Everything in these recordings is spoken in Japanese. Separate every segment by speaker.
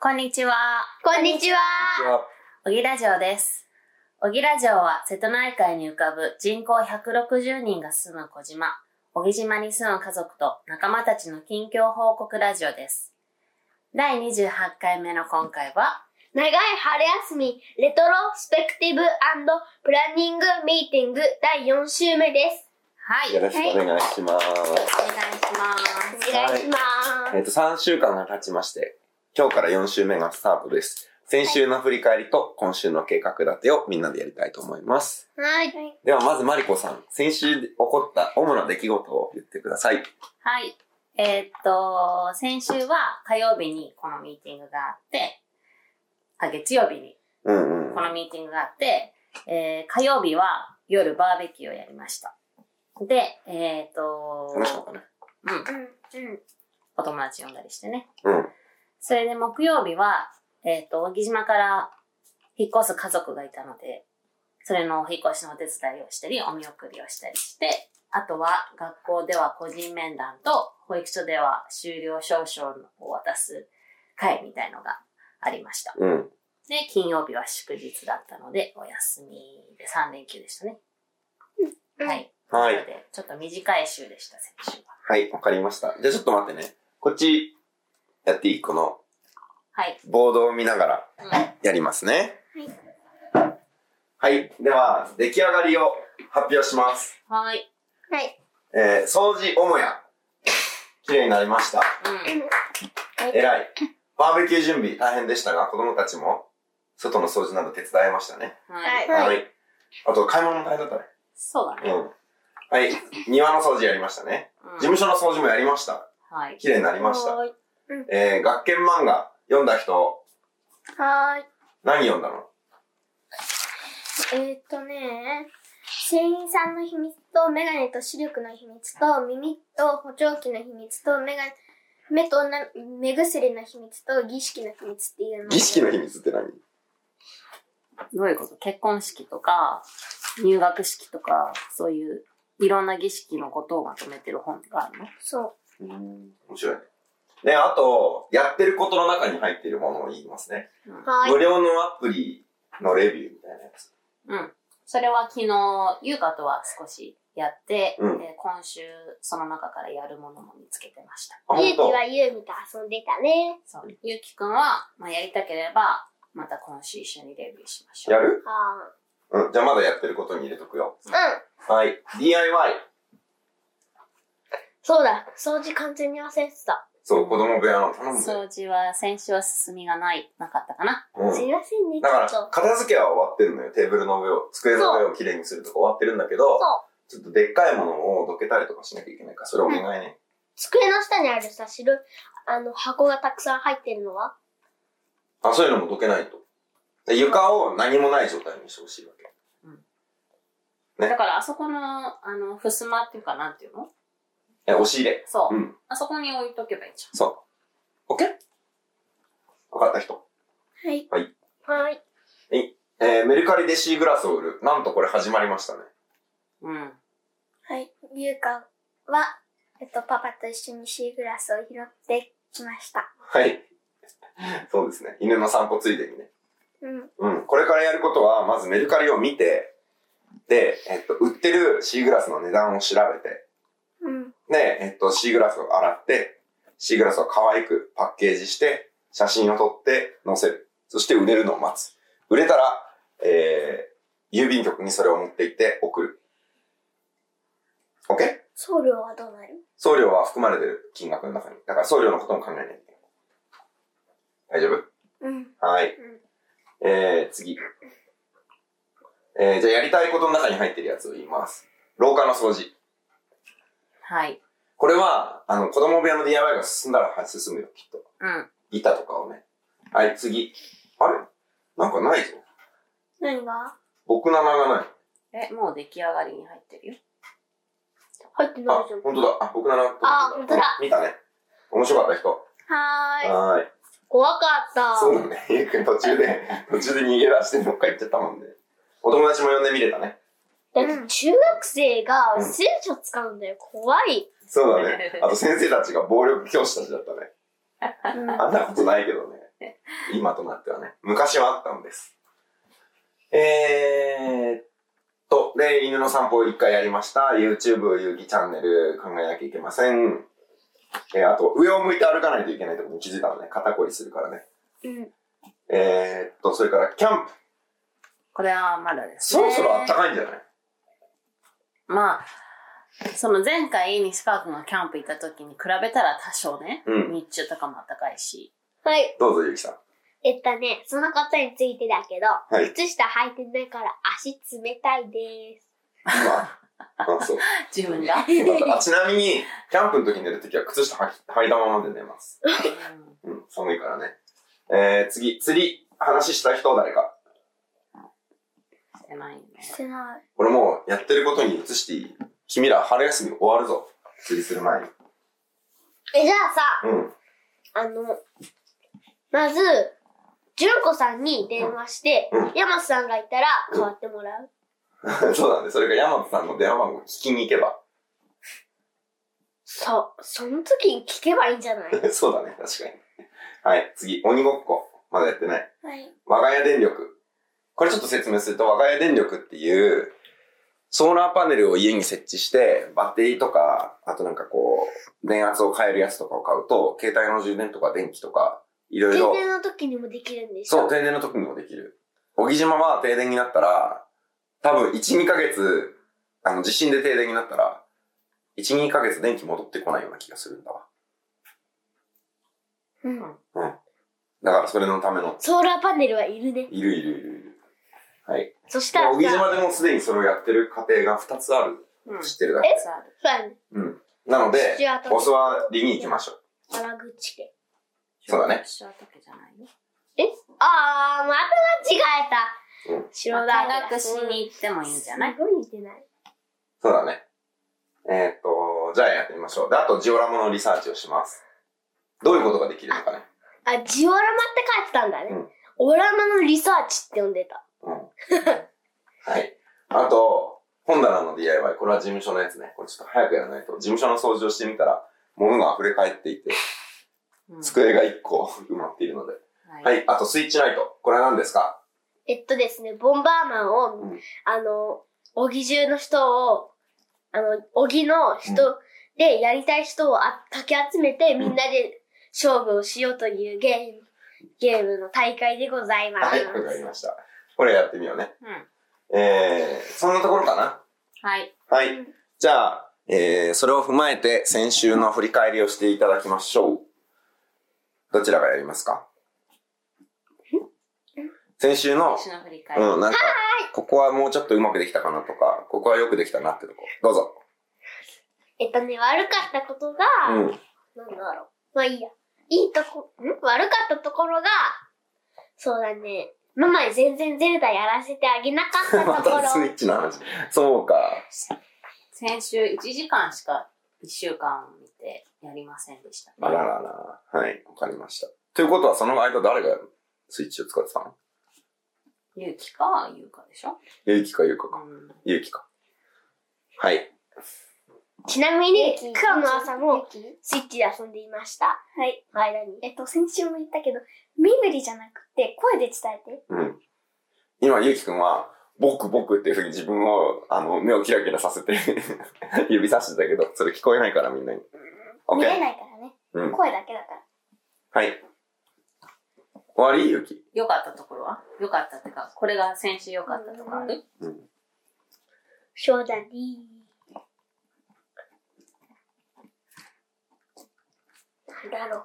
Speaker 1: こんにちは。
Speaker 2: こんにちは。
Speaker 1: 小木ラジオです。小木ラジオは瀬戸内海に浮かぶ人口160人が住む小島、小木島に住む家族と仲間たちの近況報告ラジオです。第28回目の今回は、
Speaker 2: 長い春休み、レトロスペクティブプランニングミーティング第4週目です。
Speaker 1: はい。
Speaker 3: よろしくお願いし
Speaker 1: お願
Speaker 3: ます。
Speaker 1: いします。
Speaker 2: お願いします。
Speaker 3: えっ、と、3週間が経ちまして、今日から4週目がスタートです。先週の振り返りと今週の計画立てをみんなでやりたいと思います。
Speaker 2: はい。
Speaker 3: では、まずマリコさん、先週起こった主な出来事を言ってください。
Speaker 1: はい。えーっと、先週は火曜日にこのミーティングがあって、あ、月曜日に
Speaker 3: うんうん
Speaker 1: こ。のミーティングがあって、えー火曜日は夜バーベキューをやりました。で、えーっと、
Speaker 3: 楽しかったね。
Speaker 1: うん、
Speaker 2: うん。うん。
Speaker 1: お友達呼んだりしてね。
Speaker 3: うん。
Speaker 1: それで木曜日は、えーっと、小木島から引っ越す家族がいたので、それのお引っ越しのお手伝いをしたり、お見送りをしたりして、あとは学校では個人面談と、保育所では終了証書を渡す会みたいのがありました。
Speaker 3: うん。
Speaker 1: で、金曜日は祝日だったので、お休みで3連休でしたね。
Speaker 2: うん
Speaker 1: はい。
Speaker 3: は
Speaker 1: なの
Speaker 3: い。
Speaker 1: で、ちょっと短い週でした、先週は。
Speaker 3: はい、わかりました。じゃあちょっと待ってね。こっち、やっていいこの、
Speaker 1: はい。
Speaker 3: ボードを見ながら
Speaker 1: うん
Speaker 3: やりますね。はい。では、出来上がりを発表します。
Speaker 1: はい。
Speaker 2: はい。
Speaker 3: えー、掃除母屋。綺麗になりました。
Speaker 1: うん。
Speaker 3: えらい。バーベキュー準備大変でしたが、子供たちも外の掃除など手伝いましたね。
Speaker 1: はい。
Speaker 2: はい
Speaker 3: あと、買い物も大変だったね。
Speaker 1: そうだ
Speaker 3: う
Speaker 1: ね。
Speaker 3: ん。はい。庭の掃除やりましたね。
Speaker 1: う
Speaker 3: 事
Speaker 1: ん
Speaker 3: 務所の掃除もやりました。
Speaker 1: はい。
Speaker 3: 綺麗になりました。
Speaker 2: はい。
Speaker 3: えー、学研漫画読んだ人、
Speaker 2: は
Speaker 3: 何読んだの
Speaker 2: ーい。えーっとね、船員さんの秘密と、メガネと視力の秘密と、耳と補聴器の秘密と、メガネ、目とな目薬の秘密と、儀式の秘密っていうの。
Speaker 3: 儀式の秘密って何
Speaker 1: どういうこと結婚式とか、入学式とか、そういう、いろんな儀式のことをまとめてる本があるの
Speaker 2: そう。
Speaker 3: うん。面白い。ね、あと、やってることの中に入っているものを言いますね。
Speaker 2: はい。
Speaker 3: 無料のアプリのレビューみたいなやつ。
Speaker 1: うん。それは昨日、優香とは少しやって、
Speaker 3: うん
Speaker 1: えー今週、その中からやるものも見つけてました。
Speaker 3: あ、
Speaker 2: ゆう
Speaker 3: 本
Speaker 2: き
Speaker 3: 当。
Speaker 2: はゆうみと遊んでたね。
Speaker 1: そうね。ゆうきくんは、まあ、やりたければ、また今週一緒にレビューしましょう。
Speaker 3: やる
Speaker 2: は
Speaker 3: うん。じゃあまだやってることに入れとくよ。
Speaker 2: ーうん。
Speaker 3: はい。DIY。
Speaker 2: そうだ。掃除完全に忘れてた。
Speaker 3: そう、子供部屋の頼むで。
Speaker 1: 掃除は先週は進みがない、なかったかな。
Speaker 3: う
Speaker 2: す
Speaker 3: ん。
Speaker 2: いませんね、ち
Speaker 3: だか
Speaker 2: ょ
Speaker 3: ら
Speaker 2: っと、。
Speaker 3: 片付けは終わってるのよ。テーブルの上を、机の上をきれいにするとか終わってるんだけど
Speaker 2: そう、。
Speaker 3: ちょっとでっかいものをどけたりとかしなきゃいけないから、それお願いね。
Speaker 2: 机の下にあるさ、白い、あの、箱がたくさん入ってるのは
Speaker 3: あ、そういうのもどけないと。で床を何もない状態にしてほしいわけ。ね
Speaker 1: だからあそこの、あの、襖っていうかなんていうの
Speaker 3: え、押し入れ。
Speaker 1: そう。
Speaker 3: うん。
Speaker 1: あそこに置いとけばいいじ
Speaker 3: そう。OK? わかった人。
Speaker 2: はい。
Speaker 3: はい。
Speaker 2: はい。
Speaker 3: えー、メルカリでシーグラスを売る。なんとこれ始まりましたね。
Speaker 1: ゃん。うん。
Speaker 2: はい。ゆうかは、えっと、パパと一緒にシーグラスを拾ってきました。
Speaker 3: はい。そうですね。犬の散歩ついでにね。
Speaker 2: うん。
Speaker 3: うん、これからやることは、まずメルカリを見て、で、えっと、売ってるシーグラスの値段を調べて、
Speaker 2: うん。
Speaker 3: で、えっと、シーグラスを洗って、シーグラスを可愛くパッケージして、写真を撮って載せる。そして売れるのを待つ。売れたら、えー、郵便局にそれを持って行って送る。OK?
Speaker 2: 送料はどうなる
Speaker 3: 送料は含まれてる金額の中に。だから送料のことも考えないといけない。大丈夫
Speaker 2: うん。
Speaker 3: はい。えー、次。えー、じゃあやりたいことの中に入ってるやつを言います。廊下の掃除。
Speaker 1: はい。
Speaker 3: これは、あの、子供部屋の DIY が進んだらはい進むよ、きっと。
Speaker 1: うん。
Speaker 3: 板とかをね。はい、次。あれなんかないぞ。
Speaker 2: 何が
Speaker 3: 僕の名前がない。
Speaker 1: え、もう出来上がりに入ってるよ。
Speaker 2: 入って
Speaker 3: あ、本当だ。あ、僕の名前。
Speaker 2: あ本当だ。
Speaker 3: 見たね。面白かった人。
Speaker 2: はーい。
Speaker 3: はーい。
Speaker 2: 怖かった。
Speaker 3: そうだね。 ゆうくん途中で、途中で逃げ出してどっか行っちゃったもんね。お友達も呼んでみれたね。
Speaker 2: だって中学生が
Speaker 3: うん
Speaker 2: 聖書使うんだよ。怖い。
Speaker 3: そ うだね。あと先生たちが暴力教師たちだったね。
Speaker 2: うん。
Speaker 3: あんなことないけどね。今となってはね。昔はあったのです。えーっと、で、犬の散歩を一回やりました。YouTube 遊戯チャンネル考えなきゃいけません。えーあと、上を向いて歩かないといけないところに気づいたのね。肩こりするからね。
Speaker 2: うん。
Speaker 3: えーっと、それからキャンプ。
Speaker 1: これはまだです
Speaker 3: そ
Speaker 1: ね。
Speaker 3: ろそろあったかいんじゃない
Speaker 1: まあ、その前回西川くんがキャンプ行った時に比べたら多少ね、
Speaker 3: うん
Speaker 1: 日中とかも暖かいし、
Speaker 2: はい。
Speaker 3: どうぞ、ゆきさん。
Speaker 2: えっとね、そのことについてだけど、
Speaker 3: はい
Speaker 2: 靴下履いてないから足冷たいです。
Speaker 3: まあ、あそう。
Speaker 1: 自分が。
Speaker 3: あちなみに、キャンプの時に寝るときは靴下履き履いたままで寝ます。
Speaker 1: うん
Speaker 3: うん、寒いからね。えー、次、釣り、話した人誰か。
Speaker 1: してないね。
Speaker 2: してない。
Speaker 3: 俺もうやってることに移していい君ら春休み終わるぞ。釣りする前に。
Speaker 2: え、じゃあさ、
Speaker 3: うん。
Speaker 2: あの、まず、純子さんに電話して、
Speaker 3: うん
Speaker 2: 山瀬さんがいたら代わってもらう。
Speaker 3: そうだね。それから山田さんの電話番号聞きに行けば。
Speaker 2: そ、その時に聞けばいいんじゃない
Speaker 3: そうだね。確かに。はい。次、鬼ごっこ。まだやってない。
Speaker 2: はい。
Speaker 3: 我が家電力。これちょっと説明すると、我が家電力っていう、ソーラーパネルを家に設置して、バッテリーとか、あとなんかこう、電圧を変えるやつとかを買うと、携帯の充電とか電気とか、いろい
Speaker 2: 停
Speaker 3: ろ、
Speaker 2: 電の時にもできるんでし
Speaker 3: そ
Speaker 2: ょ
Speaker 3: う、停電の時にもできる。小木島は停電になったら、多分1、2ヶ月、あの、地震で停電になったら、1、2ヶ月電気戻ってこないような気がするんだわ。
Speaker 2: う。ん。
Speaker 3: だからそれのための、
Speaker 2: ソーラーパネルはいるね。
Speaker 3: いるいるいるいる。はい。
Speaker 2: そしたら
Speaker 3: 小木
Speaker 2: さ、
Speaker 3: 島でもすでにそれをやってる家庭が2つある。
Speaker 1: うん。
Speaker 3: 知ってるだ
Speaker 1: え
Speaker 3: け。
Speaker 1: そうある
Speaker 2: そうやね。
Speaker 3: うん。なので
Speaker 2: 父親、と
Speaker 3: ボスはリに行きましょう。
Speaker 2: 原口家。
Speaker 3: そうだね
Speaker 1: 一緒だけじゃないよ。
Speaker 2: あー、また間違えた。
Speaker 3: うん
Speaker 2: 白だ
Speaker 1: 見学しに行ってもいいんじゃない
Speaker 2: すごい似てない。
Speaker 3: そうだね。えーっと、じゃあやってみましょう。で、あとジオラマのリサーチをします。どういうことができるのかね。
Speaker 2: あ、ジオラマって書いてたんだね。
Speaker 3: うん
Speaker 2: オラマのリサーチって呼んでた。
Speaker 3: うん。はい。あと、本棚の DIY。これは事務所のやつね。これちょっと早くやらないと。事務所の掃除をしてみたら、物が溢れ返っていて、
Speaker 1: うん
Speaker 3: 机が1個 埋まっているので。
Speaker 1: は。
Speaker 3: はいい。あと、スイッチライト。これは何ですか
Speaker 2: えっとですね、ボンバーマンを、
Speaker 3: うん
Speaker 2: あの、小木中の人を、あの、小木の人でやりたい人をあかき集めて、みんなで勝負をしようというゲーム、ゲームの大会でございます。
Speaker 3: はい。わかりました。これやってみようね。
Speaker 1: うん
Speaker 3: えー、そんなところかな。
Speaker 1: はい。
Speaker 3: はい
Speaker 2: うん。
Speaker 3: じゃあ、えー、それを踏まえて先週の振り返りをしていただきましょう。どちらがやりますか先週の、
Speaker 1: 一緒の振り返り。
Speaker 3: うん、なんか、ここはもうちょっとうまくできたかなとか、ここはよくできたなってとこ。どうぞ。
Speaker 2: えっとね、悪かったことが、
Speaker 3: うん。
Speaker 2: なんだろう。まあいいや。いいとこ、ん悪かったところが、そうだね。ママに全然ゼルダやらせてあげなかった
Speaker 3: ま
Speaker 2: ところ。
Speaker 3: たスイッチの話。そうか。
Speaker 1: 先週1時間しか1週間見てやりませんでしたね。
Speaker 3: あららら。はい、わかりました。ということは、その間誰がスイッチを使ってたの
Speaker 1: ゆうきかゆうかでしょ、
Speaker 3: ゆうきかゆうか
Speaker 1: う
Speaker 3: か。
Speaker 1: ん、
Speaker 3: ゆうきか。はい。
Speaker 2: ちなみに、
Speaker 4: ゆき
Speaker 2: 今日の朝もスイッチで遊んでいました。
Speaker 4: はい。
Speaker 2: はい、何
Speaker 4: えっと、先週も言ったけど、身振りじゃなくて、声で伝えて。
Speaker 3: うん。今、ゆうきくんは、僕、僕っていうふうに自分を、あの、目をキラキラさせて、 指さしてたけど、それ聞こえないからみんなに。
Speaker 4: 見れ
Speaker 3: OK。
Speaker 4: ないからね。
Speaker 3: うん。
Speaker 4: 声だけだから。
Speaker 3: はい。終わりゆうき。
Speaker 1: よかったところはよかったってか、これが先週よかったとこある、
Speaker 2: そうだね。なんだろう。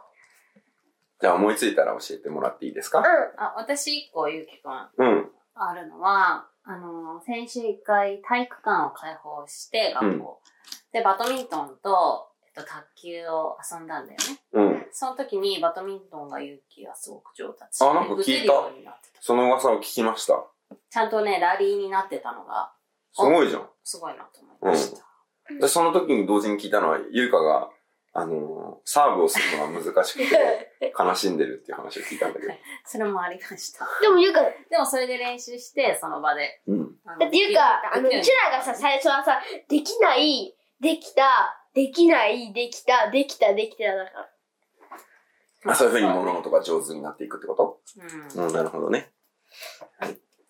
Speaker 3: じゃあ思いついたら教えてもらっていいですか
Speaker 1: あ、私一個ゆうきくんあ
Speaker 3: うん。
Speaker 1: るのは、あのー先週一回体育館を開放して学校、で、バドミントンと、えっと、卓球を遊んだんだよね。
Speaker 3: うん。
Speaker 1: その時にバドミントンがゆうきがすごく上達
Speaker 3: あなんか聞いた
Speaker 1: 打てるようになってた。
Speaker 3: その噂を聞きました。
Speaker 1: ちゃんとね、ラリーになってたのが
Speaker 3: すごいじゃん。
Speaker 1: すごいなと思いました。
Speaker 3: で、その時に同時に聞いたのは、ゆうかが、あのーサーブをするのが難しく て、悲しんでるっていう話を聞いたんだけど。
Speaker 1: それもありました。
Speaker 2: でも、ゆうか、だ
Speaker 1: でもそれで練習して、その場で。
Speaker 3: うん。
Speaker 1: だ
Speaker 2: ってゆうか、あの、うち
Speaker 1: ち
Speaker 2: らがさ、最初はさ、できない、できた、できない、できた、できた、できただから。
Speaker 3: あそういうふうに物事が上手になっていくってこ
Speaker 1: うん
Speaker 3: とうん、なるほどね。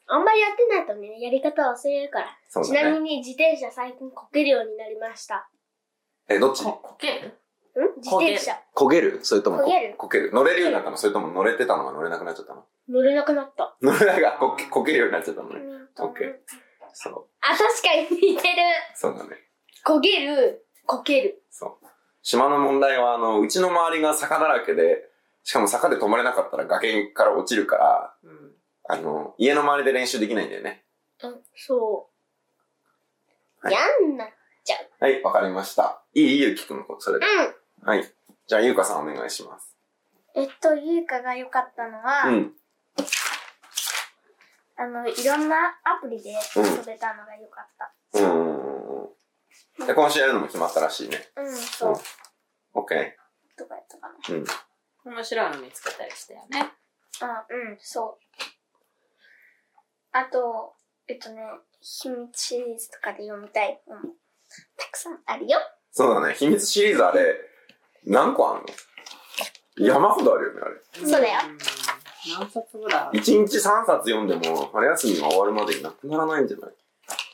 Speaker 2: あんまりやってないとね、やり方忘れるから。
Speaker 3: そう
Speaker 2: ち
Speaker 3: だ
Speaker 2: なみ
Speaker 3: ね。
Speaker 2: に自転車最近こけるようになりました。
Speaker 3: え、どっち
Speaker 1: こ、こける
Speaker 2: ん自
Speaker 1: こける
Speaker 2: 転車。
Speaker 3: 焦げるそれともこ
Speaker 2: 焦げる
Speaker 3: こける乗れるようになったのそれとも乗れてたのが乗れなくなっちゃったの
Speaker 2: 乗れなくなった。
Speaker 3: 乗れながこけ、こけるようになっちゃったの
Speaker 2: う
Speaker 3: ね。
Speaker 2: ん
Speaker 3: こける。そう。
Speaker 2: あ、確かに似てる。
Speaker 3: そうだね。
Speaker 2: こげる、こける。
Speaker 3: そう。島の問題は、あの、うちの周りが坂だらけで、しかも坂で止まれなかったら崖から落ちるから、
Speaker 1: うん。
Speaker 3: あの、家の周りで練習できないんだよね。
Speaker 2: うん、そう。
Speaker 3: はい
Speaker 2: やんな。
Speaker 3: はい、わかりました。いいゆうきくんのこと、それで。
Speaker 2: うん。
Speaker 3: はい。じゃあ、ゆうかさんお願いします。
Speaker 2: えっと、ゆうかが良かったのは、
Speaker 3: うん。
Speaker 2: あの、いろんなアプリで遊べたのが良かった。
Speaker 3: うん。で、今週やるのも決まったらしいね。
Speaker 2: うん、そう。
Speaker 3: オッケ
Speaker 2: とかやったかな。
Speaker 3: ー。うん。
Speaker 1: 面白いの見つけたりしたよね。
Speaker 2: あ、うん、そう。あと、えっとね、秘密シリーズとかで読みたい本もたくさんあるよ。
Speaker 3: そうだね。秘密シリーズあれ、何個あんの山ほどあるよね、あれ。
Speaker 2: そうだよ
Speaker 1: ん。何冊ぐらいある
Speaker 3: 1日3冊読んでも、春休みが終わるまでになくならないんじゃない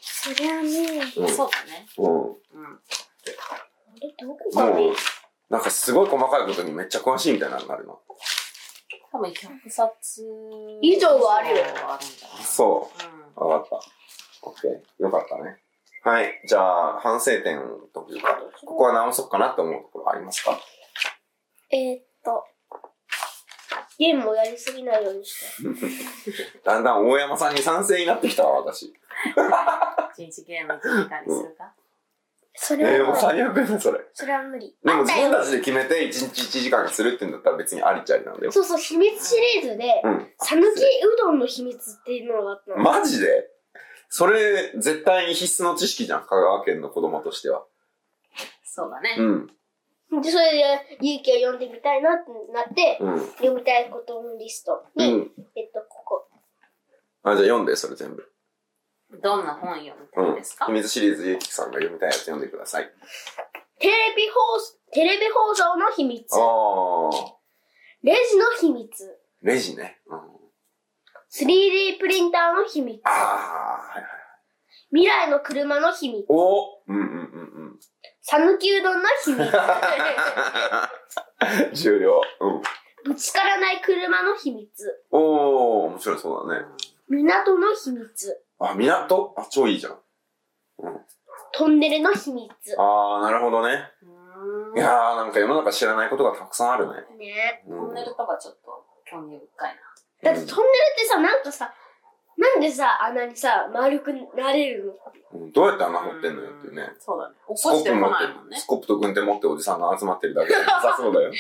Speaker 2: そりゃね、
Speaker 3: うん。
Speaker 1: そうだね。
Speaker 3: うん。
Speaker 1: うん。
Speaker 2: あれ、どこが
Speaker 3: もう、なんかすごい細かいことにめっちゃ詳しいみたいなのがあるの。
Speaker 1: 多分100冊
Speaker 2: 以上はある
Speaker 1: 以
Speaker 2: よ
Speaker 1: 上はあるんじゃない
Speaker 3: そ
Speaker 1: うん。
Speaker 3: う。わかった。オッケー。よかったね。はい。じゃあ、反省点というか、ここは直そうかなって思うところありますか
Speaker 2: えーっと、ゲームをやりすぎないようにして。
Speaker 3: だんだん大山さんに賛成になってきたわ、私。
Speaker 1: 一日ゲーム1時間にするか。
Speaker 2: そ
Speaker 3: え
Speaker 2: れ
Speaker 3: ー、
Speaker 2: は
Speaker 3: もう
Speaker 2: 無理、
Speaker 3: 最悪だね、それ。
Speaker 2: それは無理。
Speaker 3: でも
Speaker 2: あっ
Speaker 3: 自
Speaker 2: た
Speaker 3: 分
Speaker 2: よ
Speaker 3: た。ちで決めて1日1時間にするっていうんだったら別にありっちゃありなんだよ。
Speaker 2: そうそう、秘密シリーズで、
Speaker 3: うん。
Speaker 2: 讃岐うどんの秘密っていうのがあったの。
Speaker 3: マジでそれ、絶対に必須の知識じゃん、香川県の子供としては。
Speaker 1: そうだね。
Speaker 3: うん。
Speaker 2: で、それで、勇気を読んでみたいなってなって、
Speaker 3: うん。
Speaker 2: 読みたいことのリスト
Speaker 3: う
Speaker 2: に、
Speaker 3: ん。
Speaker 2: えっと、ここ。
Speaker 3: あ、じゃあ読んで、それ全部。
Speaker 1: どんな本読みた
Speaker 3: う
Speaker 1: い
Speaker 3: ん
Speaker 1: ですか、。
Speaker 3: 秘密シリーズ、ゆうきさんが読みたいやつ読んでください。
Speaker 2: テレビ放送、テレビ放送の秘密
Speaker 3: あ。ー。
Speaker 2: レジの秘密。
Speaker 3: レジね。うん。
Speaker 2: 3D プリンターの秘密。
Speaker 3: あー。はいはい。
Speaker 2: 未来の車の秘密。
Speaker 3: おうんうんうん うん。
Speaker 2: 讃岐うどんの 秘密。
Speaker 3: 重量。うん。
Speaker 2: ぶつからない車の秘密。
Speaker 3: おー、面白いそうだね。
Speaker 2: 港の秘密。
Speaker 3: あ、港あ、超いいじゃん。
Speaker 2: トンネルの秘密。
Speaker 3: あー、なるほどね。
Speaker 1: うん。
Speaker 3: いやー、なんか世の中知らないことがたくさんあるね。
Speaker 2: ね
Speaker 3: う
Speaker 1: トンネルとかちょっと興味深いな。
Speaker 2: だってトンネルってさ、なんかさ、なんでさ、穴にさ、丸くなれるの
Speaker 3: うんどうやって穴掘ってんのよっていうね
Speaker 1: う。ん。そうだね。起こしてこないもんね
Speaker 3: ス。コップと軍手持っておじさんが集まってるだけ でなさそうだ
Speaker 1: う
Speaker 3: よ。
Speaker 1: ん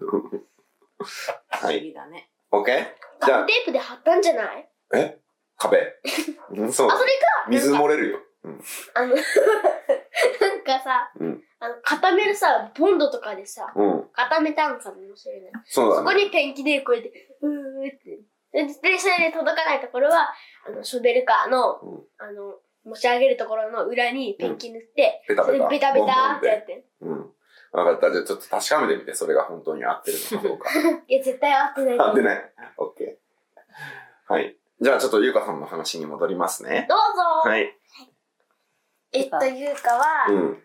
Speaker 1: 不
Speaker 3: は
Speaker 1: 思
Speaker 3: い。
Speaker 1: 議だね。
Speaker 3: OK? じゃ
Speaker 2: ガム
Speaker 3: あ
Speaker 2: テ、ープで貼ったんじゃない
Speaker 3: え壁。うんそうだ
Speaker 2: あそれか
Speaker 3: 水
Speaker 2: なんか
Speaker 3: 漏れるよ。うん
Speaker 2: あの、なん かさ、
Speaker 3: うん
Speaker 2: あの、固めるさ、ボンドとかでさ、
Speaker 3: うん。
Speaker 2: 固めたのかもしれない。
Speaker 3: そう
Speaker 2: そこ
Speaker 3: だね。
Speaker 2: にペンキでこうやって、うーって。で、でそれで届かないところは、あの、ショベルカーの、
Speaker 3: うん
Speaker 2: あの、持ち上げるところの裏にペンキ塗って、
Speaker 3: ベタ
Speaker 2: そ
Speaker 3: ベ
Speaker 2: れ
Speaker 3: タ。
Speaker 2: でベタベ
Speaker 3: ボンボン
Speaker 2: タ
Speaker 3: っ。
Speaker 2: ってやってて。
Speaker 3: うん。わかった。じゃあちょっと確かめてみて、それが本当に合ってるのかどうか。
Speaker 2: いや、絶対合ってないと
Speaker 3: 合
Speaker 2: 思
Speaker 3: っ
Speaker 2: う。
Speaker 3: てない。OK。はい。じゃあちょっとゆうかさんの話に戻りますね。
Speaker 2: どうぞ、
Speaker 3: はい。
Speaker 2: えっと、ゆうかは、
Speaker 3: うん。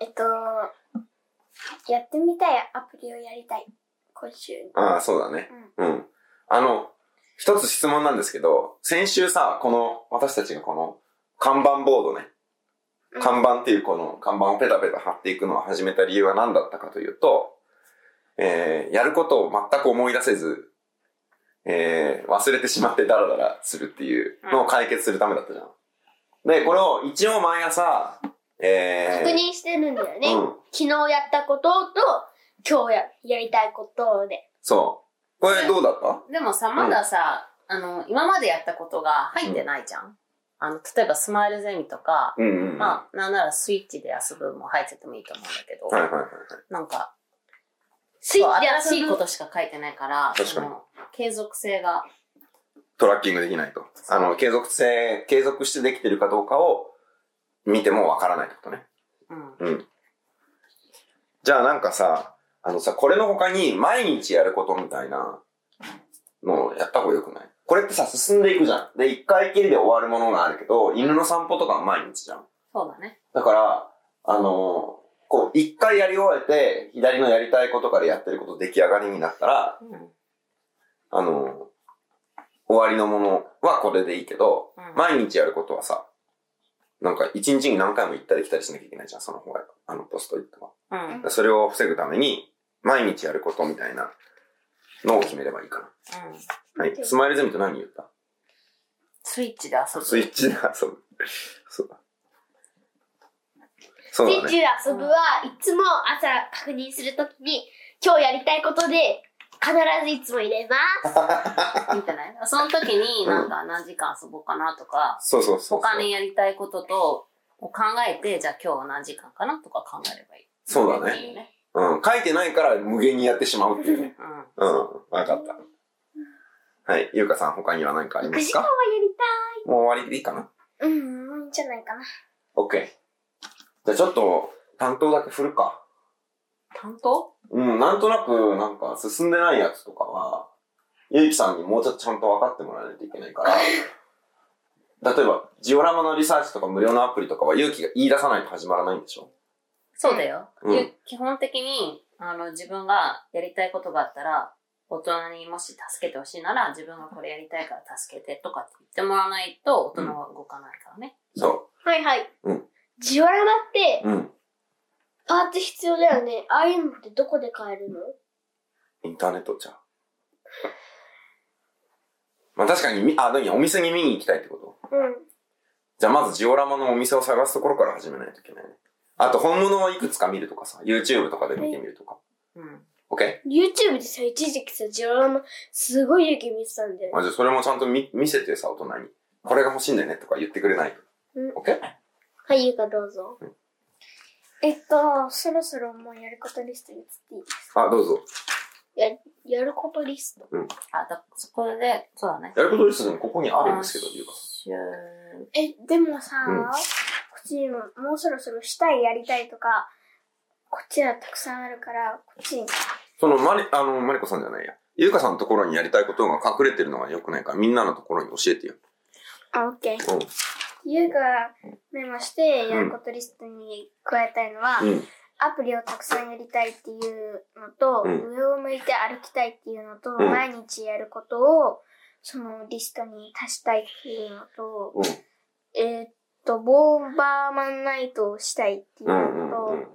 Speaker 2: えっと、やってみたいアプリをやりたい。今週に。
Speaker 3: ああ、そうだね。うん。あの、一つ質問なんですけど、先週さ、この、私たちがこの、看板ボードね。
Speaker 2: うん
Speaker 3: 看板っていうこの看板をペタペタ貼っていくのを始めた理由は何だったかというと、えー、やることを全く思い出せず、えー、忘れてしまってダラダラするっていうのを解決するためだったじゃん。で、これを一応毎朝、えー、
Speaker 2: 確認してるんだよね。
Speaker 3: うん
Speaker 2: 昨日やったことと、今日ややりたいことで。
Speaker 3: そう。これどうだった
Speaker 1: でもさ、まださ、あの、今までやったことが入ってないじゃん。あの、例えばスマイルゼミとか、
Speaker 3: うんうんうん。
Speaker 1: まあ、なんならスイッチで遊ぶも入っててもいいと思うんだけど、
Speaker 3: はいはいはいはい。
Speaker 1: なんか、
Speaker 2: スイ
Speaker 1: そう
Speaker 2: ッチで
Speaker 1: 新し
Speaker 2: 遊
Speaker 1: い
Speaker 2: ぶ
Speaker 1: ことしか書いてないから、
Speaker 3: 確かに
Speaker 1: その継続性が、
Speaker 3: トラッキングできないと。あの、継続性、継続してできてるかどうかを見てもわからないってことね。
Speaker 1: うん。
Speaker 3: うん。じゃあなんかさ、あのさ、これの他に毎日やることみたいなのをやった方がよくないこれってさ、進んでいくじゃん。で、一回きりで終わるものがあるけど、犬の散歩とかは毎日じゃん。
Speaker 1: そうだね。
Speaker 3: だから、あのーこう、一回やり終えて、左のやりたいことからやってること出来上がりになったら、
Speaker 1: うん。
Speaker 3: あのー終わりのものはこれでいいけど、
Speaker 1: うん
Speaker 3: 毎日やることはさ、なんか一日に何回も行ったり来たりしなきゃいけないじゃん、その方が、あのポストイットは。
Speaker 1: うん。
Speaker 3: それを防ぐために、毎日やることみたいなのを決めればいいか
Speaker 1: うん。
Speaker 3: な。はい。スマイルゼミと何言った
Speaker 1: スイッチで遊ぶ。
Speaker 3: スイッチで遊ぶ。そうだ。そう
Speaker 2: スイ
Speaker 3: だ
Speaker 2: ッ
Speaker 3: ね
Speaker 2: チ。で遊ぶはいつも朝確認するときに今日やりたいことで必ずいつも入れます。
Speaker 1: みたいな。その時に、なんか何時間遊ぼうかなとか、
Speaker 3: そうそうそうそう。
Speaker 1: 他にやりたいことと、を考えて、じゃあ今日は何時間かなとか考えればいい。
Speaker 3: そうだね。
Speaker 1: いいね。
Speaker 3: うん。書いてないから無限にやってしまうっていうね。
Speaker 1: うん。
Speaker 3: うん。わかった。はい。ゆうかさん、他には何かありますか
Speaker 2: はやり
Speaker 3: もう終わりでいいかな
Speaker 2: たい。うん、いいんじゃないかな。
Speaker 3: ?OK。じゃあちょっと、担当だけ振るか。
Speaker 1: 担当
Speaker 3: うん、なんとなく、なんか、進んでないやつとかは、ゆうきさんにもうちょっとちゃんと分かってもらわないといけないから、例えば、ジオラマのリサーチとか無料のアプリとかは、ゆうきが言い出さないと始まらないんでしょ
Speaker 1: そうだよ。
Speaker 3: うん
Speaker 1: ゆ基本的に、あの、自分がやりたいことがあったら、大人にもし助けてほしいなら、自分がこれやりたいから助けてとかって言ってもらわないと、大人は動かないからね。
Speaker 3: そ
Speaker 2: はいはい。
Speaker 3: うん
Speaker 2: ジオラマって
Speaker 3: う。うん。
Speaker 2: パーツ必要だよね。ああいうのってどこで買えるの
Speaker 3: インターネットじゃん。まあ確かにみ、あ、何お店に見に行きたいってこ
Speaker 2: う
Speaker 3: と
Speaker 2: ん。
Speaker 3: じゃあまずジオラマのお店を探すところから始めないといけないね。あと本物をいくつか見るとかさ、YouTube とかで見てみるとか。
Speaker 1: うん。
Speaker 3: OK?
Speaker 2: YouTube でさ、一時期さ、ジオラマすごい勇気見てたんだよ。
Speaker 3: まあじゃあそれもちゃんと見見せてさ、大人に。これが欲しいんだよねとか言ってくれないと。OK?
Speaker 2: はい、ゆうかどうぞ。
Speaker 4: えっと、そろそろもうやることリストに移っていい
Speaker 3: あ、どうぞ。
Speaker 2: やることリスト。
Speaker 1: あ、だそこで、そうだね。
Speaker 3: やることリストでもここにあるんですけど、ゆうかさん。
Speaker 1: 今週
Speaker 2: え、でもさ、
Speaker 3: うん
Speaker 2: こっちにも、もうそろそろしたい、やりたいとか、こっちはたくさんあるから、こっちに。
Speaker 3: その、まり、あの、まりこさんじゃないや。ゆうかさんのところにやりたいことが隠れてるのが良くないから、みんなのところに教えてよ。
Speaker 2: あ、オッケー。
Speaker 3: うん。
Speaker 2: ゆうかがメモして、やることリストに加えたいのは、
Speaker 3: うん。
Speaker 2: アプリをたくさんやりたいっていうのと、
Speaker 3: うん
Speaker 2: 上を向いて歩きたいっていうのと、
Speaker 3: うん
Speaker 2: 毎日やることを、そのリストに足したいっていうのと、
Speaker 3: うん。
Speaker 2: えーっと、ボーバーマンナイトをしたいっていう
Speaker 3: う
Speaker 2: の
Speaker 3: ん
Speaker 2: と、
Speaker 3: うんうん。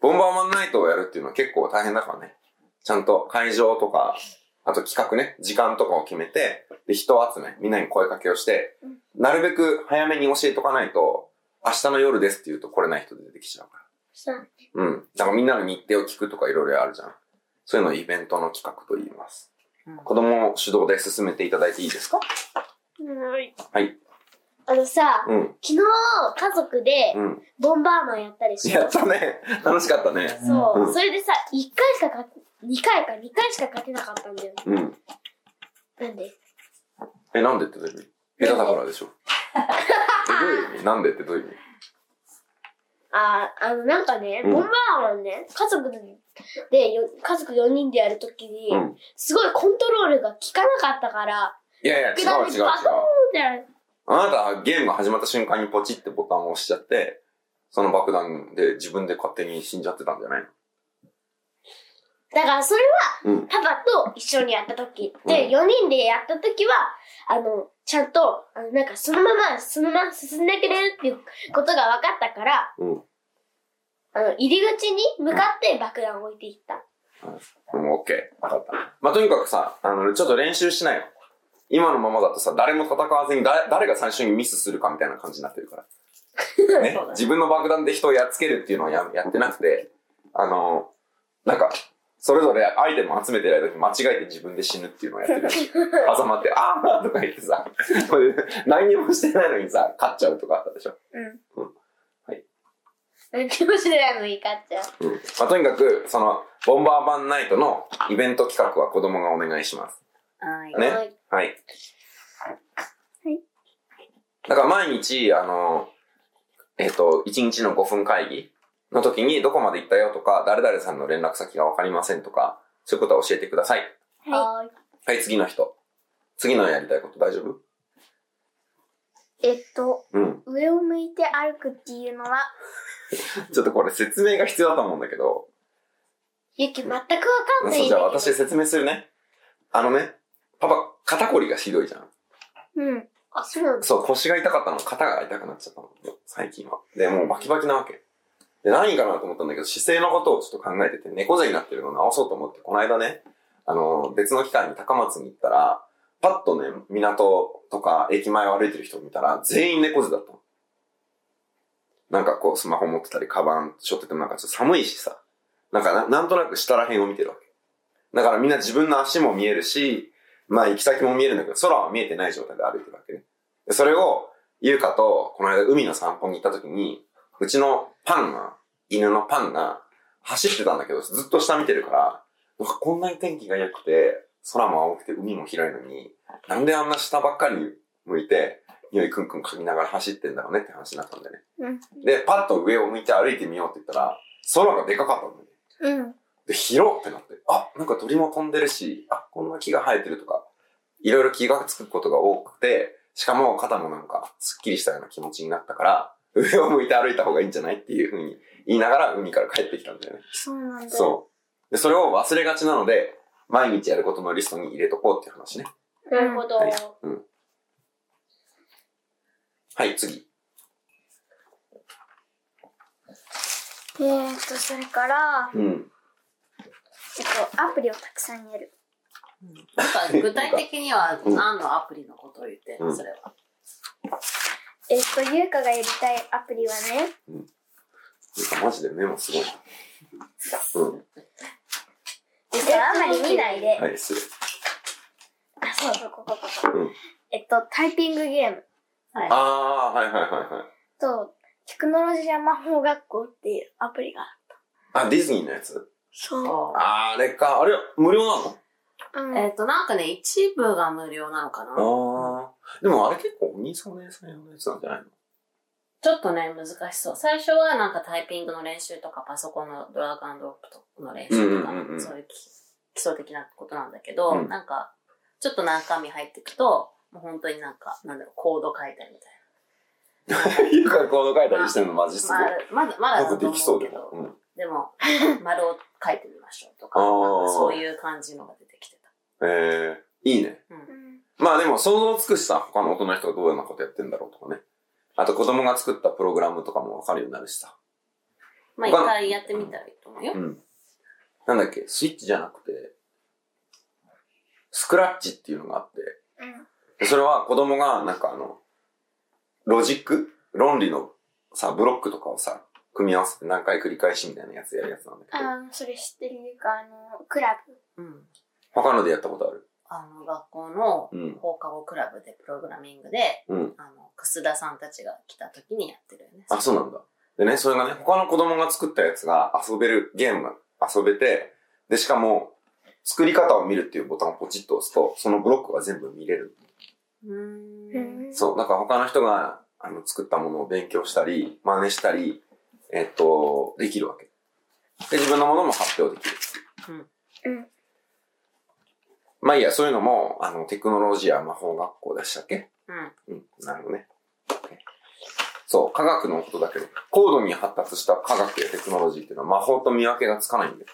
Speaker 3: ボンバーマンナイトをやるっていうのは結構大変だからね。ちゃんと会場とか、あと企画ね、時間とかを決めて、で、人を集め、みんなに声かけをして、なるべく早めに教えとかないと、明日の夜ですって言うと来れない人出てきちゃうか
Speaker 2: さ
Speaker 3: ら。うん。だからみんなの日程を聞くとかいろいろあるじゃん。そういうのをイベントの企画と言います。
Speaker 1: うん
Speaker 3: 子供を主導で進めていただいていいですかはい。
Speaker 2: あのさ、
Speaker 3: うん。
Speaker 2: 昨日家族で
Speaker 3: うん。
Speaker 2: ボンバーマンやったでし
Speaker 3: や
Speaker 2: ょ
Speaker 3: っ。たね。楽しかったね。
Speaker 2: そう、
Speaker 3: うん
Speaker 2: それでさ、1回しか勝て、2回か2回しか勝てなかったんだよ。
Speaker 3: うん。
Speaker 2: なんで
Speaker 3: え、なんでってどういう意味下手だから でしょ。えどういう意味なんでってどういう意味
Speaker 2: あーあの、なんかね、
Speaker 3: うん
Speaker 2: ボンバーマンね、家族で、よ家族4人でやるときに、
Speaker 3: うん。
Speaker 2: すごいコントロールが効かなかったから、
Speaker 3: いやいや、違う違う違う。
Speaker 2: バそうだよ。
Speaker 3: あなたはゲームが始まった瞬間にポチってボタンを押しちゃって、その爆弾で自分で勝手に死んじゃってたんじゃない
Speaker 2: だからそれ
Speaker 3: の
Speaker 2: は、パパと一緒にやったとき、
Speaker 3: う
Speaker 2: で、
Speaker 3: ん
Speaker 2: 4人でやったときは、あの、ちゃんと、あの、なんかそのまま、そのまま進んでくれるっていうことが分かったから、
Speaker 3: うん。うん。
Speaker 2: あの、入り口に向かって爆弾を置いてい った。
Speaker 3: うん、オッケー。わかった。まあ、とにかくさ、あの、ちょっと練習しないよ。今のままだとさ、誰も戦わずにだ、誰が最初にミスするかみたいな感じになって るから。ね
Speaker 1: そうだね。
Speaker 3: 自分の爆弾で人をやっつけるっていうのをややってなくて、あの、なんか、それぞれアイテムを集めてる間に間違えて自分で死ぬっていうのをやってる らしい。挟まって、あーとか言ってさ、これ何にもしてないのにさ、勝っちゃうとかあったでしょ。
Speaker 2: 何もしないのいいかっちゃう。
Speaker 3: うん。まあ、とにかく、その、ボンバーバンナイトのイベント企画は子供がお願いします。
Speaker 1: はい。
Speaker 3: ね
Speaker 2: はい。
Speaker 3: はい。だから毎日、あの、えっ、と、1日の5分会議の時にどこまで行ったよとか、誰々さんの連絡先がわかりませんとか、そういうことは教えてください。
Speaker 2: は
Speaker 3: はい、次の人。次のやりたいこと大丈夫
Speaker 2: い。えっと、
Speaker 3: うん。
Speaker 2: 上を向いて歩くっていうのは、
Speaker 3: ちょっとこれ説明が必要だと思うんだけど、
Speaker 2: ゆき全くわかんない
Speaker 3: そうんじゃあ
Speaker 2: だけ
Speaker 3: 私説明するね。あのね、パパ、肩こりがひどいじゃん。
Speaker 2: ど。うん。あ、そうなんだ。
Speaker 3: そう、腰が痛かったの、肩が痛くなっちゃったの、最近は。で、もうバキバキなわけ。で、何かなと思ったんだけど、姿勢のことをちょっと考えてて、猫背になってるのを直そうと思って、この間ね、あの、別の機会に高松に行ったら、パッとね、港とか駅前を歩いてる人を見たら、全員猫背だったの。なんかこう、スマホ持ってたり、カバン背負っててもなんかちょっと寒いしさ。なんかな、なんとなく下ら辺を見てるわけ。だからみんな自分の足も見えるし、まあ行き先も見えるんだけど、空は見えてない状態で歩いてるわけね。でそれを、ゆうかと、この間海の散歩に行った時に、うちのパンが、犬のパンが、走ってたんだけど、ずっと下見てるから、なんかこんなに天気が良くて、空も青くて海も広いのに、なんであんな下ばっかり向いて、匂いくんくん嗅ぎながら走ってんだろうねって話になったんだよね。
Speaker 2: うん。
Speaker 3: で、パッと上を向いて歩いてみようって言ったら、空がでかかったんだよね。
Speaker 2: うん。
Speaker 3: で、広ってなって、あ、なんか鳥も飛んでるし、あ、こんな木が生えてるとか、いろいろ気がつくことが多くて、しかも肩もなんか、すっきりしたような気持ちになったから、上を向いて歩いた方がいいんじゃないっていうふうに言いながら海から帰ってきたんだよね。
Speaker 2: そうなんだ。
Speaker 3: そう。で、それを忘れがちなので、毎日やることのリストに入れとこうっていう話ね。
Speaker 4: なるほど。
Speaker 3: はいはい、次。
Speaker 2: えーっと、それから、
Speaker 3: うん。
Speaker 2: えっと、アプリをたくさんやる。
Speaker 1: なんか具体的には
Speaker 3: うん
Speaker 1: 何のアプリのことを言ってる
Speaker 3: う
Speaker 1: の
Speaker 3: ん
Speaker 1: それは。
Speaker 2: えっと、ゆうかがやりたいアプリはね、
Speaker 3: なんかマジでメモすごいな。
Speaker 2: えっと、あんまり見ないで
Speaker 3: うん。、はい、する。
Speaker 2: あ、そうそう、ここ、ここ。
Speaker 3: うん
Speaker 2: えっと、タイピングゲーム
Speaker 1: はい。
Speaker 3: あー、はいはいはいはい。
Speaker 2: と、テクノロジー魔法学校っていうアプリが。
Speaker 3: あ、ディズニーのやつ
Speaker 2: そう。
Speaker 1: そう
Speaker 3: あーあれか。あれ、無料なの
Speaker 2: うん。
Speaker 1: えっ、と、なんかね、一部が無料なのかな。
Speaker 3: ああ。でもあれ結構お兄さんお姉さん用のやつなんじゃないの
Speaker 1: ちょっとね、難しそう。最初はなんかタイピングの練習とか、パソコンのドラッグアンドロップとの練習とか、
Speaker 3: うんうんうんうん
Speaker 1: そういうき基礎的なことなんだけど、
Speaker 3: うん
Speaker 1: なんか、ちょっと中身入っていくと、もう本当になんか、なんだろう、コード書いたりみたい
Speaker 3: ゆうかコード書いたりしてるのマジすごい。
Speaker 1: な。まあ、まだ、まだだ
Speaker 3: なんか
Speaker 1: と
Speaker 3: できそ
Speaker 1: 思う
Speaker 3: うだ
Speaker 1: け
Speaker 3: よ
Speaker 1: ど、
Speaker 3: うん。
Speaker 1: でも、 丸を書いてみましょうとか、
Speaker 3: あ
Speaker 1: な
Speaker 3: ー
Speaker 1: んかそういう感じのが出てきてた。
Speaker 3: ええいいね。
Speaker 2: うん
Speaker 3: まあでも想像つくしさ、他の大人の人がどういうようなことやってんだろうとかね。あと子供が作ったプログラムとかもわかるようになるしさ。
Speaker 1: まあ、一
Speaker 3: 他の
Speaker 1: 回やってみたらいいと思うよ。
Speaker 3: うん。なんだっけ、スイッチじゃなくて、スクラッチっていうのがあって、でそれは子供がなんかあの、ロジック論理のさ、ブロックとかをさ、組み合わせて何回繰り返しみたいなやつやるやつなんだけど。
Speaker 2: あの、それ知ってるゆうか、あの、クラブ。
Speaker 1: うん。
Speaker 3: 他のでやったことある
Speaker 1: あの、学校の
Speaker 3: うん。
Speaker 1: 放課後クラブでプログラミングで、
Speaker 3: うん
Speaker 1: あの、楠田さんたちが来た時にやってるよね。
Speaker 3: あ、そうなんだ。でね、それがね、他の子供が作ったやつが遊べるゲームが遊べて、で、しかも、作り方を見るっていうボタンをポチッと押すと、そのブロックが全部見れる。
Speaker 1: うーん。
Speaker 3: そう、だから他の人が、あの、作ったものを勉強したり、真似したり、えっと、できるわけ。で、自分のものも発表できる。
Speaker 2: うん。うん。
Speaker 3: まあいいや、そういうのも、あの、テクノロジア魔法学校でしたっけ
Speaker 1: うん。
Speaker 3: うん、なるほどね。そう、科学のことだけど、高度に発達した科学やテクノロジーっていうのは魔法と見分けがつかないんだよ。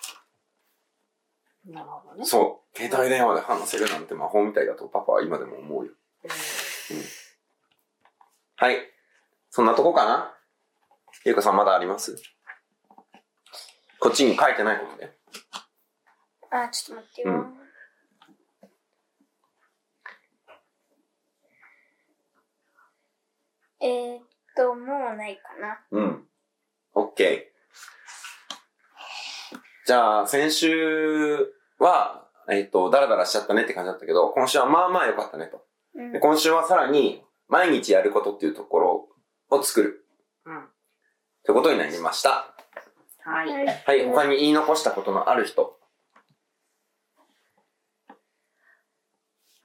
Speaker 1: なるほどね。
Speaker 3: そう、携帯電話で話せるなんて魔法みたいだとパパは今でも思うよ。はい。そんなとこかなゆうかさんまだありますこっちに書いてないことね。
Speaker 2: あ、ちょっと待ってよ。
Speaker 3: うん
Speaker 2: えーっと、もうないかな。
Speaker 3: うん。OK。じゃあ、先週は、えっ、と、ダラダラしちゃったねって感じだったけど、今週はまあまあ良かったねと。
Speaker 2: うん
Speaker 3: で。今週はさらに、毎日やることっていうところを作る
Speaker 1: うん。
Speaker 3: ということになりました。
Speaker 1: はい。
Speaker 2: はい
Speaker 3: はい、他に言い残したことのある人。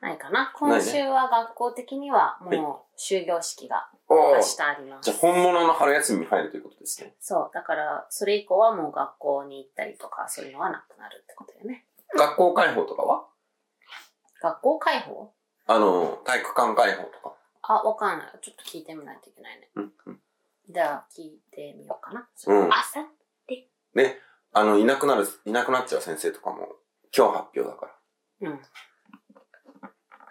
Speaker 1: ないかな。今週は学校的にはもう終業式が
Speaker 3: あ
Speaker 1: 明
Speaker 3: あ。
Speaker 1: 日ありま
Speaker 3: じゃあ
Speaker 1: す。
Speaker 3: 本物の春休みに入るということですね。
Speaker 1: そう。だから、それ以降はもう学校に行ったりとか、そういうのはなくなるってことだよね。
Speaker 3: 学校開放とかは
Speaker 1: 学校開放
Speaker 3: あの、体育館開放とか。
Speaker 1: あ、わかんない。ちょっと聞いてみないといけないね。
Speaker 3: うんうん。
Speaker 1: じゃあ、聞いてみようかな。
Speaker 3: うん
Speaker 1: あさ
Speaker 3: ね、あの、いなくなる、いなくなっちゃう先生とかも、今日発表だか
Speaker 1: う
Speaker 3: ら。
Speaker 1: ん。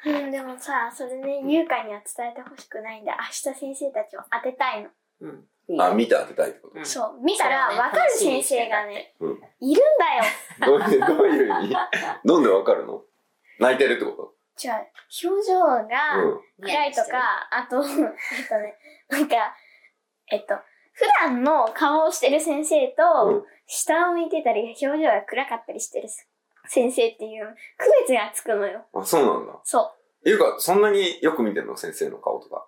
Speaker 2: うん、でもさ、それね、優香には伝えてほしくないんで、明日先生たちを当てたいの。
Speaker 1: うん。いい
Speaker 3: あ、
Speaker 1: よ
Speaker 3: 見て当てたいってこと
Speaker 1: う。ん
Speaker 2: そう、見たら
Speaker 1: そうね
Speaker 2: わかる先生がね、
Speaker 3: うん
Speaker 2: いるんだよ。
Speaker 3: どういう、どういう意味 なんでわかるの泣いてるってこ
Speaker 2: じゃあ、表情
Speaker 3: と
Speaker 2: が
Speaker 3: ん。
Speaker 2: 暗いとか、あと、えっとね、なんか、えっと、普段の顔をしてる先生
Speaker 3: う
Speaker 2: と
Speaker 3: ん、
Speaker 2: 下を向いてたり、表情が暗かったりしてる先生っていう、区別がつくのよ。
Speaker 3: あ、そうなんだ。
Speaker 2: そ
Speaker 3: いうか、そんなによく見てんの先生の顔とか。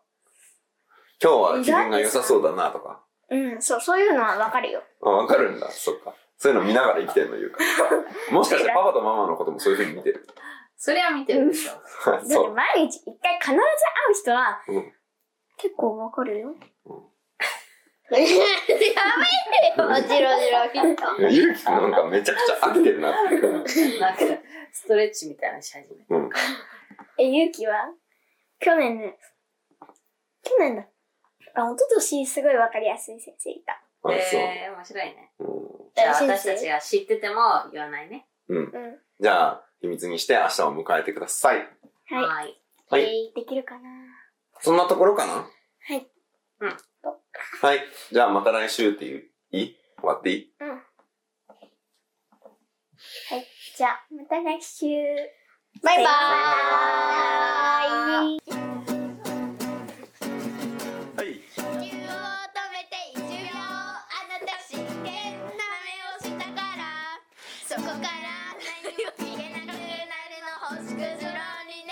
Speaker 3: 今日は機嫌が良さそうだなとか。
Speaker 2: う。うん、そう、そういうのはわかるよ。
Speaker 3: あ、わかるんだ。そっか。そういうの見ながら生きてんの、いうか。もしかしてパパとママのこともそういうふうに見てる。
Speaker 1: それは見てるでしょ。
Speaker 3: あ
Speaker 2: だっ
Speaker 3: そ
Speaker 2: て
Speaker 3: う。
Speaker 2: 毎日一回必ず会う人は
Speaker 3: うん、
Speaker 2: 結構わかるよ。
Speaker 4: やめてよ、ジロジロキット。
Speaker 3: ゆうきくんなんかめちゃくちゃ飽きてるなっていう
Speaker 1: なんか、ストレッチみたいなのし始め
Speaker 3: うん。
Speaker 2: え、ゆうきは去年ね、去年だ。あ、一昨年すごいわかりやすい先生いた。
Speaker 3: あ、
Speaker 1: て。えー、面白いね。
Speaker 3: そう。うん
Speaker 1: じゃあ
Speaker 2: 大先
Speaker 1: 私
Speaker 2: 生
Speaker 1: たちが知ってても言わないね。
Speaker 2: うん。
Speaker 3: じゃあ、秘密にして明日を迎えてください。
Speaker 2: はい
Speaker 1: い。
Speaker 3: はい
Speaker 2: えーできるかな
Speaker 3: そんなところかな
Speaker 2: はい。
Speaker 1: うん
Speaker 3: はい。じゃあ、また来週っていう、いい終わっていい
Speaker 2: じゃあ、また来週。
Speaker 4: バイバーイ。
Speaker 3: はい。
Speaker 4: 地球を止めて1秒あなた真剣な目をしたからそこから何も言えなくなるの星屑ロにね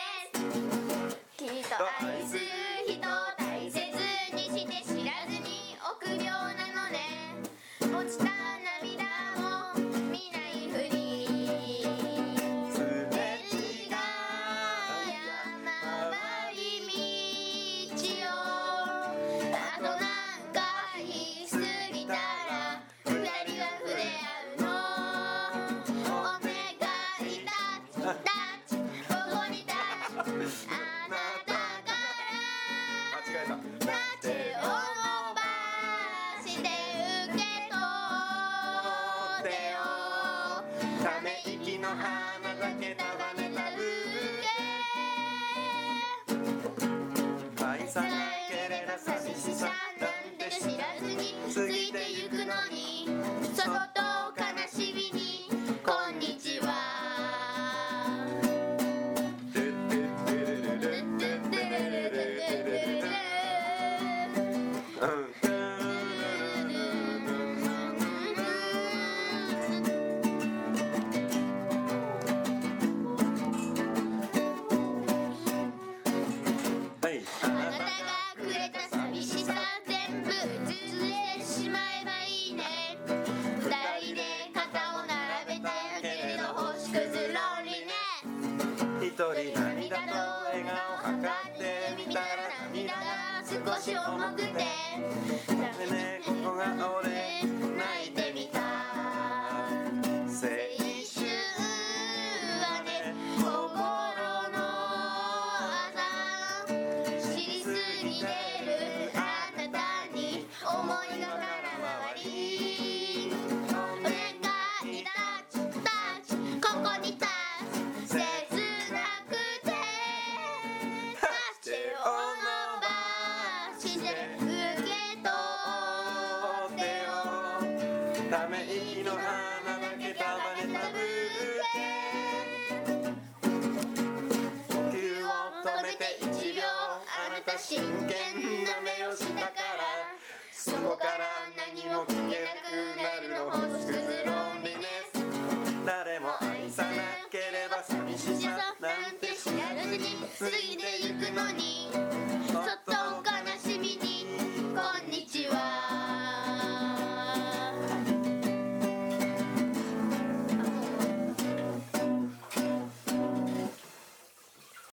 Speaker 4: きっと愛する人を大切にして知らずに臆病なのね落ちた涙を見ないふりすれ違う山回り道をあとなんか言い過ぎたら二人は触れ合うのお願いタッチタッチここにタッチあなたから
Speaker 3: 間違えた。
Speaker 4: タッチを伸ばして受け取ってよため息の花だけ束ねたブーケ
Speaker 5: 愛
Speaker 4: さ
Speaker 5: さ
Speaker 4: な
Speaker 5: な
Speaker 4: け
Speaker 5: け
Speaker 4: れ
Speaker 5: れ
Speaker 4: ば
Speaker 5: ば
Speaker 4: 寂
Speaker 5: 寂
Speaker 4: し
Speaker 5: し
Speaker 4: さ
Speaker 5: さ
Speaker 4: なん
Speaker 5: な
Speaker 4: て
Speaker 5: んて
Speaker 4: 知らずに過ぎてゆくのにそっと悲しみにこんにちは
Speaker 5: はい
Speaker 4: あなたがくれた寂しさ全部譲れしまえばいいね二人で肩を並べてけれど星屑ロンリネ
Speaker 5: 一人
Speaker 4: 涙と
Speaker 5: 涙と
Speaker 4: 笑
Speaker 5: 笑
Speaker 4: 顔を
Speaker 5: 顔
Speaker 4: 測
Speaker 5: 測
Speaker 4: っ
Speaker 5: ってて
Speaker 4: み
Speaker 5: み
Speaker 4: たら
Speaker 5: たら
Speaker 4: 涙
Speaker 5: 涙
Speaker 4: が少し重くて
Speaker 5: ねえねえここが俺
Speaker 4: 泣いてみた
Speaker 5: 青
Speaker 4: 青春はね心の穴知りすぎてるあなたに思いの空回りお願いタッチタッチここにタッチ切なくてタッチを伸ばして受け取ってよ
Speaker 5: 春ため息の花だけ束ねたブーケ呼吸を止めて一秒あなた真剣な目をしたからそこから何も聞けなくなるの星屑ロンリネス誰も愛さなければ寂しさなんて知らずに
Speaker 4: 過ぎてゆくのに